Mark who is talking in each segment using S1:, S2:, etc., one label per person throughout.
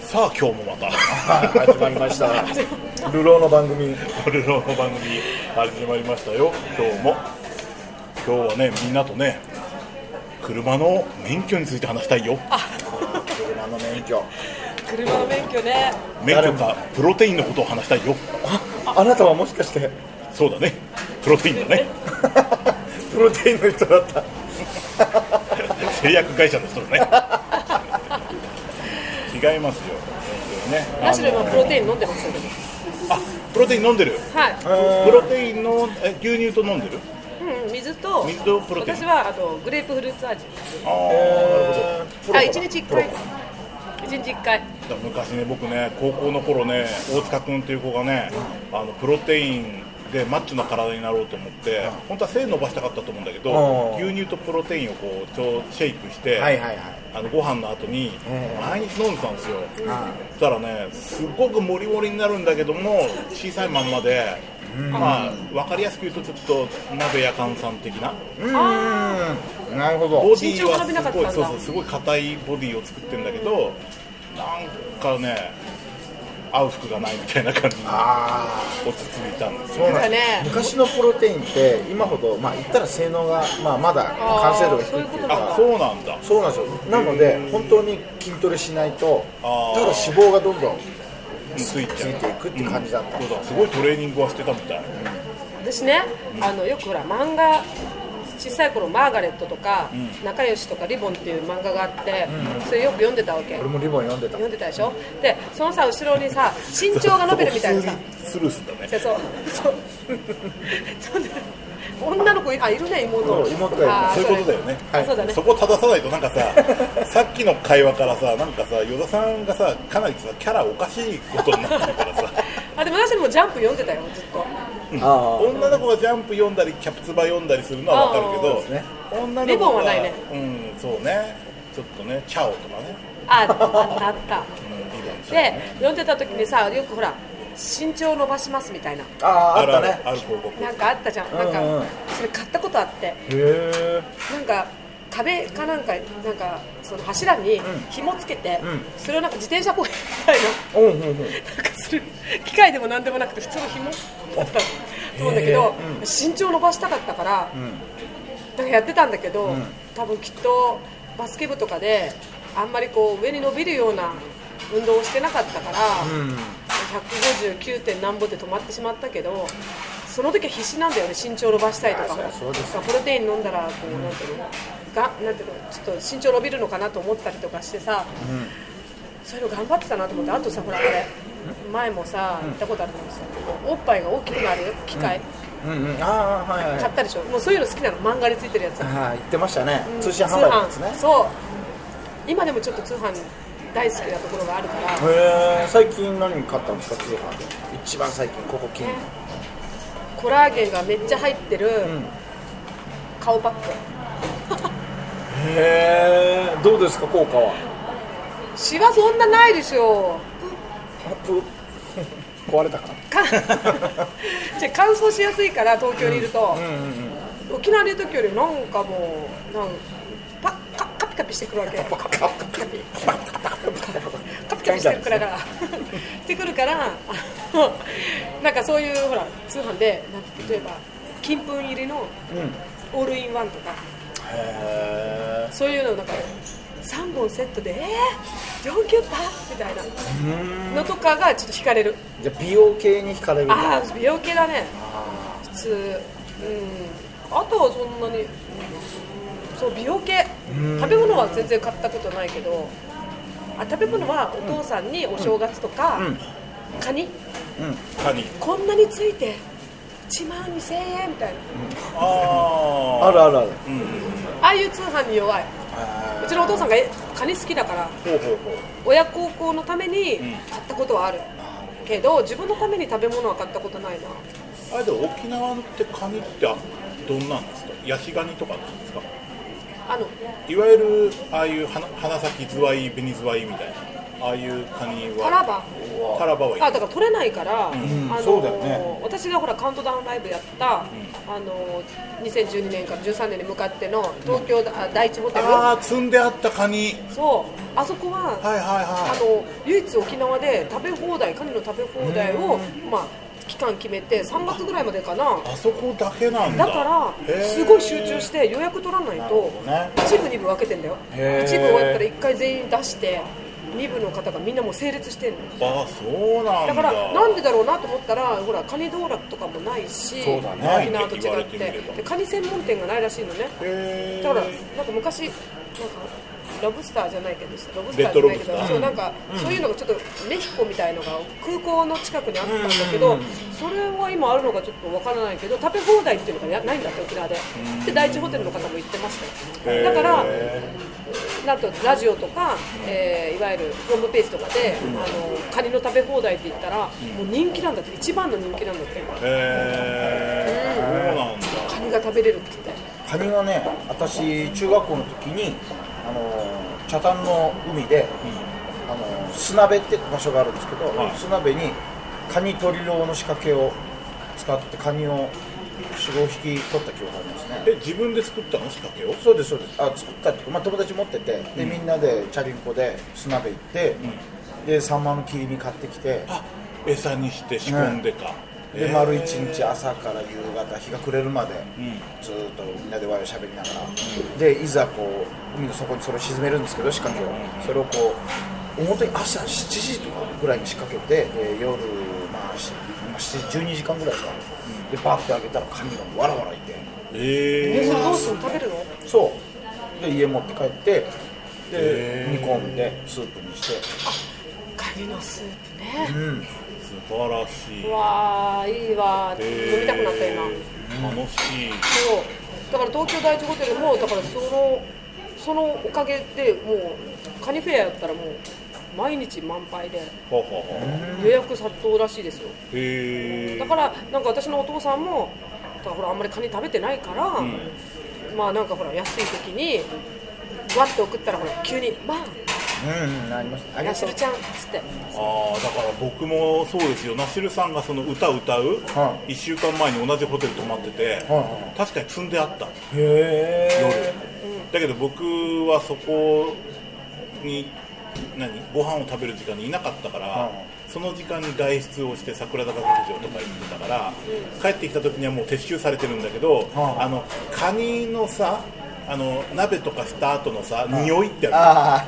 S1: さあ今日もま
S2: はい始まりました。流浪の番組。
S1: たルローの番組始まりましたよ今日も今日はねみんなとね車の免許について話したいよ
S2: 車の免許。
S3: 車の免許ね
S1: 免
S2: 誰
S1: 許
S2: も
S1: かプロテインのことを話したいよ
S2: あなたはもしかして
S1: そうだねプロテインだね
S2: プロテインの人だった。
S1: 製薬会社の人 だね違いますよね
S3: ラシル今プロテイン飲んでますよね
S1: あプロテイン飲んでる
S3: はい、
S1: プロテインのえ牛乳と飲んでる
S3: うんうん、水と
S1: 水とプロテイン
S3: 私はあとグレープフルーツ味
S1: ああ
S3: あ一日一回一日一回
S1: だから昔ね僕ね高校の頃ね大塚君っていう子がね、あのプロテインでマッチョな体になろうと思って、本当は背伸ばしたかったと思うんだけど、
S2: うん
S1: 牛乳とプロテインをこうちょシェイクして、
S2: はいはいはい。
S1: あのご飯の後に
S2: うん
S1: 毎日飲んでたんですよ、
S2: あ
S1: そしたらねすごくモリモリになるんだけども小さいまんまで、まあ分かりやすく言うとちょっと鍋や炭酸的な
S2: うーん。なるほど。
S1: ボディは
S3: 身長が伸びなか
S1: すご
S3: ったん
S1: い
S3: だ
S1: そうそうすごい硬いボディを作ってるんだけどなんかね合う服がないみたいな感じに
S2: あ
S1: 落ち着いたんで
S2: あ。
S1: すよ
S2: そうなん
S3: なんかね
S2: 昔のプロテインって今ほどまあ言ったら性能がまあまだ完成度が低いっていう
S3: あ
S2: か
S1: あ。そうなんだ
S2: そうなんですよなので本当に筋トレしないと
S1: あー
S2: ただ脂肪がどんどん
S1: ついち
S2: つ
S1: ゃう
S2: いていくって感じだった、
S1: そうだすごいトレーニングはしてたみたい
S3: 私ねあのよくほら漫画小さい頃マーガレットとか、仲良しとかリボンっていう漫画があって、それよく読んでたわけ
S2: 俺もリボン読んでた
S3: 読んでたでしょでそのさ後ろにさ身長が伸びるみたいなさ
S1: そこ普通にスルーすんだね
S3: そうそうそうそうね女の子いあいるね妹
S2: そう妹がいる
S3: あー
S1: そういうことだよね
S3: それそうだね
S1: そこ正さないとなんか ささっきの会話からさなんかさ与田さんがさかなりさキャラおかしいことになってるからさ
S3: あでも私もジャンプ読んでたよずっと
S2: あー
S1: 女の子がジャンプ読んだりキャプツバ読んだりするのはわかるけ
S3: あー
S1: ど
S2: すね
S1: 女の子が
S3: リボンはないね
S1: うんそうねちょっとねチャオとかね、
S3: ああったあった
S1: うん、リボンチャオ
S3: で
S1: ね
S3: 読んでた時にさよくほら身長伸ばしますみたいな
S2: あーあった
S1: る
S2: ね
S1: あるある広告
S3: なんかあったじゃんなんか、
S2: うんうん
S3: それ買ったことあって
S2: へ
S3: なんか壁かなんかなんかその柱に紐つけて、
S2: ん
S3: それをなんか自転車こいみたいな
S2: えうんうんうん
S3: なんかする機械でもなんでもなくて普通の 紐だったと思うんだけど、身長伸ばしたかったから、だからやってたんだけど、多分きっとバスケ部とかであんまりこう上に伸びるような運動をしてなかったから、159. 点なんぼで止まってしまったけどその時は必死なんだよね身長伸ばしたいとか
S2: あ
S3: ほら
S2: そうです
S3: プロテイン飲んだらこうなんていうのがなんていうのちょっと身長伸びるのかなと思ったりとかしてさ、そういうの頑張ってたなと思ってあとさほらこれ前もさ行ったことあるんですよおっぱいが大きくなる機械
S2: うんうんああはいはい
S3: 買ったでしょもうそういうの好きなの漫画についてるやつ
S2: ああ言ってましたね、
S3: うん
S2: 通信販売のやつね
S3: 通販そう今でもちょっと通販大好きなところがあるから
S2: へえ最近何買ったんですか通販で一番最近ここ近
S3: コラーゲンがめっちゃ入ってる
S2: ん
S3: 顔パック
S2: へえどうですか効果は
S3: シワそんなないでしょ
S2: アップ 壊れたかな
S3: かじゃあ乾燥しやすいから東京にいると、
S2: うんうんうん
S3: 沖縄にいる時よりなんかもうなんパカカピカピしてくるわけカピカピカピカピカピしてくるからしてくるからあのなんかそういうほら通販でなんか例えば金粉入りの
S2: うん
S3: オールインワンとか
S2: へ
S3: そういうのなんか3本セットでえー、4キュッパみたいなのとかがちょっと惹かれる
S2: えじゃあ美容系に惹かれるんだ
S3: ああ美容系だね普通うんあとはそんなにうんそう美容系食べ物は全然買ったことないけどあ食べ物はお父さんにお正月とか、
S2: うん
S3: カニ
S1: カニ
S3: こんなについて1万2000円みたいな
S1: あ
S2: あるあるある
S1: うん
S3: ああいう通販に弱いう
S2: あ
S3: ちのお父さんがえカニ好きだから
S1: ほうほうほう
S3: 親孝行のために買ったことはある、けど自分のために食べ物は買ったことないな
S1: あれで沖縄ってカニってあどんなんですかヤシガニとかなんですか
S3: あの
S1: いわゆるああいう花花咲きズワイベニズワイみたいなああいうカニは
S3: タラバ
S1: タラバは
S3: あ
S1: い
S3: だから取れないから、
S2: ん
S3: あの
S2: そうだよね
S3: 私がほらカウントダウンライブやった、あの2012年から13年に向かっての東京だ、あ第一ホテル
S1: ああ積んであったカニ
S3: そうあそこは、
S1: はいはい
S3: あ
S1: は
S3: の唯一沖縄で食べ放題カニの食べ放題を、まあ、期間決めて3月ぐらいまでかない
S1: あそこだけなんだ
S3: だか
S1: へ
S3: ら
S1: ー
S3: すごい集中して予約取らない
S2: なる
S3: と
S2: ほどね
S3: 一部二部分けてんだよ
S2: へー
S3: 一部終わったら1回全員出して二部の方がみんなもう整列してるの
S1: ああそうなんだ
S3: だからなんでだろうなと思ったらほらカニ道楽とかもないし
S2: そうだね
S3: 沖縄と違
S1: ないって言われ
S3: って
S1: てみれば
S3: でカニ専門店がないらしいのね
S1: へえ
S3: だからなんか昔なんかロブスターじゃないけどロブス
S1: レ
S3: タ
S1: ッ
S3: ー
S1: ド
S3: じゃ
S1: ロ
S3: な
S1: ブ
S3: い
S1: ス
S3: け
S1: タ
S3: ど
S1: ー
S3: そうなんか、そういうのがちょっとメヒコみたいのが空港の近くにあったんだけど、それは今あるのかちょっとわからないけど食べ放題っていうのがやないんだって沖縄で、で第一ホテルの方も言ってましたよだからなんとラジオとか、えーいわゆるホームページとかで、あのカニの食べ放題って言ったら、もう人気なんだって一番の人気なんだって
S1: へえそうなんだ
S3: カニが食べれるって言って
S2: カニがね私中学校の時にあの北谷の海で、あの砂辺って場所があるんですけど、
S1: はい
S2: 砂辺にカニ取り漁の仕掛けを使ってカニを45匹取った記憶がありますね
S1: え自分で作ったの仕掛けを
S2: そうですそうですあ作ったっていうか、まあ、友達持っててで、みんなでチャリンコで砂辺行って、でサンマの切り身買ってきて
S1: あ餌にして仕込んでか、
S2: で、
S1: へー
S2: 丸一日朝から夕方日が暮れるまで、
S1: うん
S2: ずーっとみんなでワイワイ喋りながら、でいざこう海の底にそれを沈めるんですけど仕掛けを、それをこう表に朝7時とかぐらいに仕掛けて、で夜、まあ、しまあ7時12時間ぐらいですか、でバッて開けたら髪がわらわらいて
S1: え
S3: え
S1: え
S3: それどうするの食べるの
S2: そうで家持って帰ってで
S1: へー
S2: 煮込んでスープにして
S3: カニのスープね、
S2: うん
S1: 素晴らしいう
S3: わーいいわー飲みたくなった今
S1: 今楽しい
S3: そうだから東京第一ホテルもだからそのそのおかげでもうカニフェアやったらもう毎日満杯で
S1: ははは
S3: 予約殺到らしいですよ
S1: へえ
S3: だからなんか私のお父さんもだからほらあんまりカニ食べてないから、まあなんかほら安い時にわって送ったらほら急に「ま
S2: うんうんありますあ
S3: あ
S2: り
S3: や
S2: が
S3: し
S2: とう
S3: るちゃん」っつって
S1: ああだから僕もそうですよナシルさんがその歌歌う、
S2: は
S1: 一1週間前に同じホテル泊まってて、
S2: は
S1: 確かに積んであった
S2: へ
S1: 夜、
S2: え
S1: だけど僕はそこに何ご飯を食べる時間にいなかったから、その時間に外出をして桜坂劇場とか行ってたから、帰ってきた時にはもう撤収されてるんだけど、
S2: はあ
S1: あのカニのさあの鍋とかした後のさ、匂いってある
S2: ああ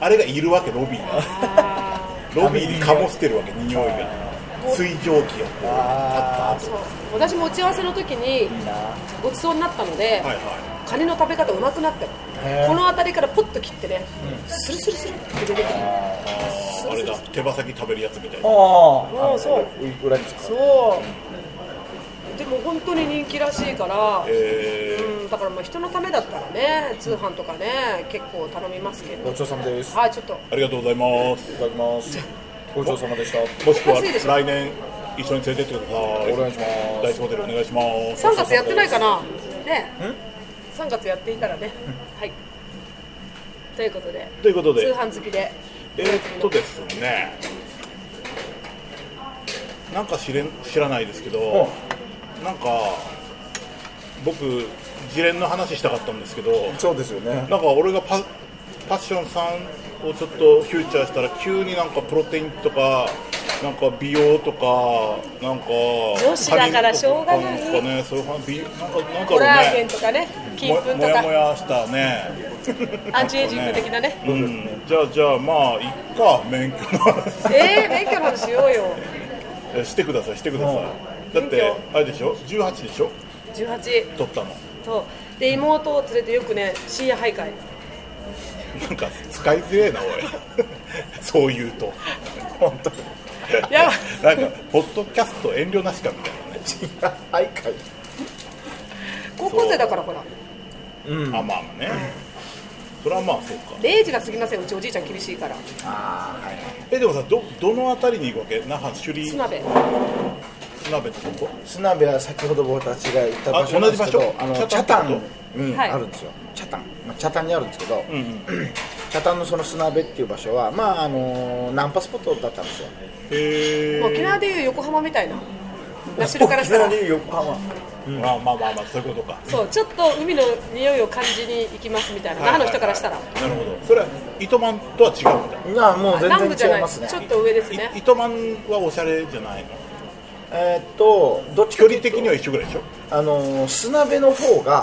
S1: あれがいるわけロビーに
S3: あ
S1: ロビーに醸してるわけ匂いが水蒸気がこうあ
S2: あー
S1: った
S3: ーそう私も打ち合わせの時に
S2: いいな
S3: ごちそうになったので、
S1: 後はいは
S3: カニの食べ方うまくなったよ
S2: へー
S3: この辺りからポッと切ってね、スルスルスルって出てくる
S1: いあーあれだ手羽先食べるやつみたいな
S2: あ
S3: あそう
S2: う裏につく
S3: そうでも本当に人気らしいから、
S1: えー
S3: うん、だからまあ人のためだったらね通販とかね結構頼みますけ
S2: ご
S3: ど
S2: ちそうさまです
S3: はいちょっと
S1: ありがとうございます
S2: いただきますごちそうさまでした
S1: もしくは
S3: 難しいでしょ
S1: 来年一緒に連れてってください。
S2: お願いします
S1: 第一ホテルお願いします。
S3: 3月やってないかなね3月やっていたらねはいということで
S1: ということで
S3: 通、販好きで
S1: えーっとですね、なんか知れん知らないですけど、なんか僕自連の話したかったんですけど、
S2: そうですよね
S1: なんか俺がパパッションさんをちょっとフューチャーしたら急になんかプロテインとか。なんか美容とか、なんか
S3: 女子だからしょうがない
S1: んですかね、そういう話、美なんかなんだろ
S3: コ
S1: うね。
S3: ラーゲンとかね金粉と
S1: もやも
S3: か
S1: やしたね、
S3: アンチエイジング的なね
S1: うん、じゃあじゃあまあいっか免許の話
S3: えー、免許の話しようよ
S1: えしてくださいしてください、だっ
S3: 免
S1: てあれでしょ18でしょ
S3: 18
S1: 取ったの
S3: そうで妹を連れてよくね深夜徘徊
S1: なんか使いづれえなおい そう言うと本当
S3: い や
S1: なんかポッドキャスト遠慮なしかみたいなね、
S2: はいかい
S3: 高校生だからほら
S1: あまあまあねそれはまあそうか
S3: 0時が過ぎませんうちおじいちゃん厳しいから
S2: ああはい
S1: えでもさどどの辺りに行くわけ那覇首里
S3: 砂部
S1: 鍋ってどこ
S2: スナベは先ほど僕たちが行った場所
S1: あ
S2: なんですけど
S1: 同じ場所
S2: あの
S1: チ
S2: チ
S1: ャ
S2: ャ
S1: タ
S2: タ
S1: ン
S2: ンに
S3: はい
S2: あるんですよ、チャタン、まあ、チャタンにあるんですけど、
S1: うんうん
S2: チャタンのそのスナベっていう場所はまああのナンパスポットだったんですよ
S1: へ
S3: もう沖縄
S1: ー
S3: でいう横浜みたいなナシュルからしたら
S2: 沖縄でいう横浜
S1: まあまあまあまあそういうことか
S3: そうちょっと海の匂いを感じに行きますみたいな那覇の人からしたら
S1: なるほどそれは糸満とは違うんだ
S2: いやもう
S3: 南部
S2: 全
S3: じゃ
S2: 然
S3: な
S2: 違い
S3: い
S2: ますね
S3: ちょっと上ですね
S1: い糸満はおしゃれじゃないの
S2: えーっとどっちか
S1: 距
S2: って
S1: 離
S2: いうと
S1: 的には一緒ぐらいでしょ
S2: あのスナベの方が、あ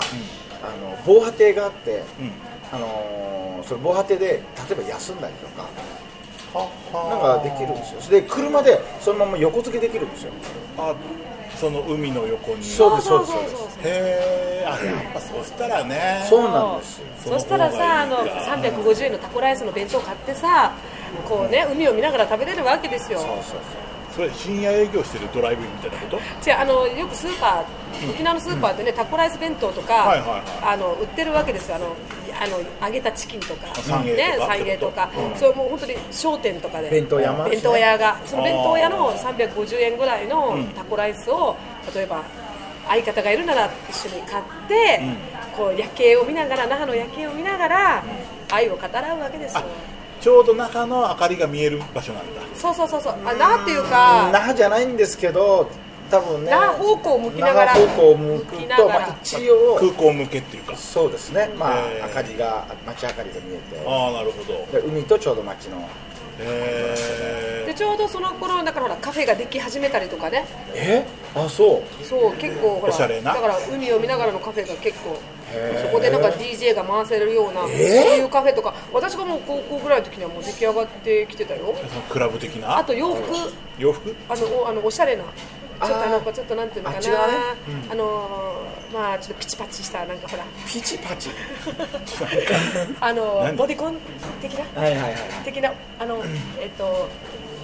S2: の防波堤があって、
S1: うん
S2: あのその防波堤で例えば休んだりとか
S1: は
S2: なんかできるんですよで車でそのまま横付けできるんですよ
S1: あその海の横に
S2: そうです
S3: そうそう
S2: そうです
S3: そう
S1: へえあやっぱそしたらね
S2: そうなんですよ
S1: そ
S3: そうしたらさあ
S1: その
S3: の
S1: 方がいいか
S3: 350円のタコライスの弁当買ってさこうね海を見ながら食べれるわけですよ
S2: そうそう
S1: それ深夜営業してるドライブインみたいなこと
S3: 違うあのよくスーパー沖縄のスーパーでね、タコライス弁当とか、
S1: はいはいは
S3: あの売ってるわけですよあのあの揚げたチキンとか
S1: 三栄とか
S3: ね三栄とか、
S1: うん
S3: それもう本当に商店とかで
S2: 弁当山
S3: 弁当屋がその弁当屋
S1: あ
S3: の
S1: ー
S3: 350円ぐらいの
S1: うん
S3: タコライスを例えば相方がいるなら一緒に買って、こう夜景を見ながら那覇の夜景を見ながら、愛を語らうわけですよ
S1: あちょうど中の明かりが見える場所なんだ
S3: そうそうそうそうあ那覇っていう
S2: 那
S3: か
S2: 覇じゃないんですけど多分ね
S3: 那覇方向を向きながら
S2: 那覇方向を向く
S3: 向きな
S2: と、
S3: が
S2: ま
S3: ら
S2: あ、一応
S1: 空港向けっていうか
S2: そうですねまあ、
S1: えー
S2: 明かりが街明かりが見え
S1: ああなるほどへ
S2: てで海とちょうど街の
S3: で
S1: え
S3: ちょうどその頃だからほらカフェができ始めたりとかね
S2: えあそう
S3: そう結構ほら
S1: おしゃれな
S3: だから海を見ながらのカフェが結構
S2: へー
S3: そこでなんか DJ が回せるようなそう
S2: えー
S3: いうカフェとか私がもう高校ぐらいの時にはもう出来上がってきてたよ
S1: そのクラブ的な
S3: あと洋服
S1: 洋服
S3: あのおあのおしゃれな
S2: あー
S3: ちょっとなんかちょっとなんていうのか
S2: あ
S3: な
S2: っち側ね
S3: あのーまあちょっとピチパチしたなんかほら
S2: ピチパチ
S3: あのー
S1: 何
S3: ボディコン的な
S2: はいはいはい
S3: 的なあのえっと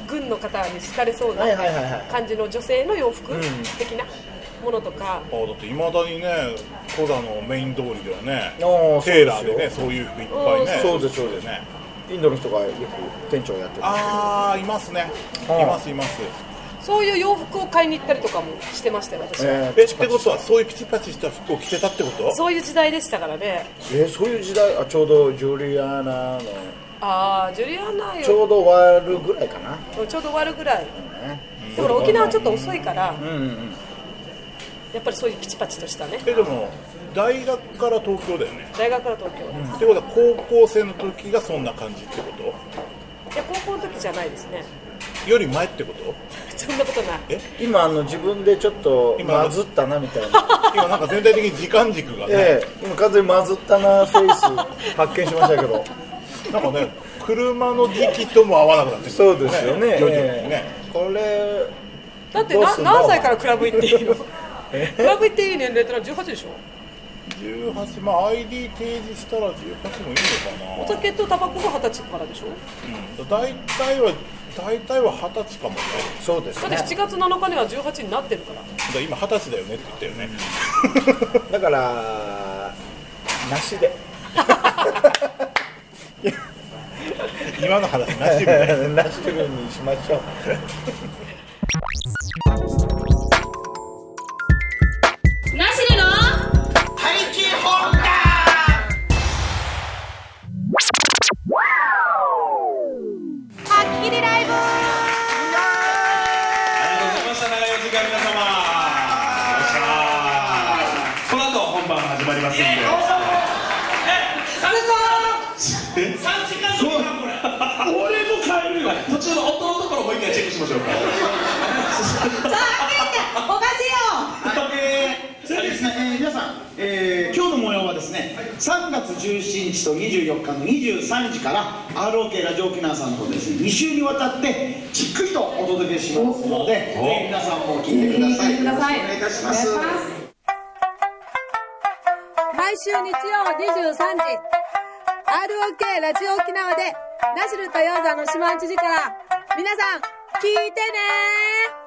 S3: 軍の方に好かれそうな
S2: はいはいはいはい
S3: 感じの女性の洋服
S2: ん
S3: 的なものとか、
S1: ああだっていまだにねコザのメイン通りではね
S2: ああ
S1: テーラーでね
S2: そ
S1: そういう服いっぱいね
S2: うんそうですそうですインドの人がよく店長やってる
S1: ああいますね
S2: うん
S1: いますいます
S3: そういう洋服を買いに行ったりとかもしてましたよ私は、
S2: えー
S1: え
S2: ピ
S1: っ
S2: チパ
S1: て
S2: チ
S1: ことはそういうピチパチした服を着てたってこと
S3: そういう時代でしたからね
S2: えーそういう時代あちょうどジュリアナの
S3: ああジュリアナよ
S2: ちょうど終わるぐらいかな、
S3: どちょうど終わるぐらい
S2: ね
S3: でも沖縄はちょっと遅いから
S2: うんうんうん
S3: やっぱりそういうピチパチとしたね
S1: えでも大学から東京だよね
S3: 大学から東京、い
S1: ってことは高校生の時がそんな感じってこと
S3: や高校の時じゃないですね
S1: より前って こと
S3: そんなことない
S1: え
S2: 今あの自分でちょっと
S1: 今
S2: まずったなみたい な、
S1: 今なんか全体的に時間軸がね、
S2: ええ今完全にまずったなフェイス発見しましたけど
S1: なんかね車の時期とも合わなくなってきて
S2: そうですよね
S1: 徐々にね、
S2: ええこれ
S3: だって
S2: どう
S3: な
S2: すんの
S3: 何歳からクラブ行っていい のクラブ行っていい年齢ってのは18でしょ
S1: 18まあ ID 提示したら18もいい
S3: お
S1: のかな
S3: 酒とタバコが二十歳からでしょ
S1: うん大体は大体は二十歳かもね
S2: そうです
S3: だ って
S2: ね
S3: 7月7日には18になってるから
S1: だから今二十歳だよねって言ったよね、
S2: だからなしで
S1: 今の話なしみたいな
S2: なしでにしましょう
S4: なしでの
S5: はっきりライブ
S6: ありがとうございました長いお時間皆様この後本番始まりますんでえ三時間後半これ俺も帰るよ途中の音のところもう一回チェックしましょうか
S5: 残念だおかしいよ
S7: えーそれでですね、えー皆さん、えー今日の模様はですね、3月17日と24日の23時から ROK ラジオ沖縄さんの方でですね2週にわたってじっくりとお届けしますので、ぜひ皆さんも聞いてくださ
S5: 聞
S7: い
S5: いてください
S7: よろしくお願いいたします
S5: お願いします
S8: 毎週日曜23時 ROK ラジオ沖縄でナシルとヨーザの島内時から皆さん聞いてね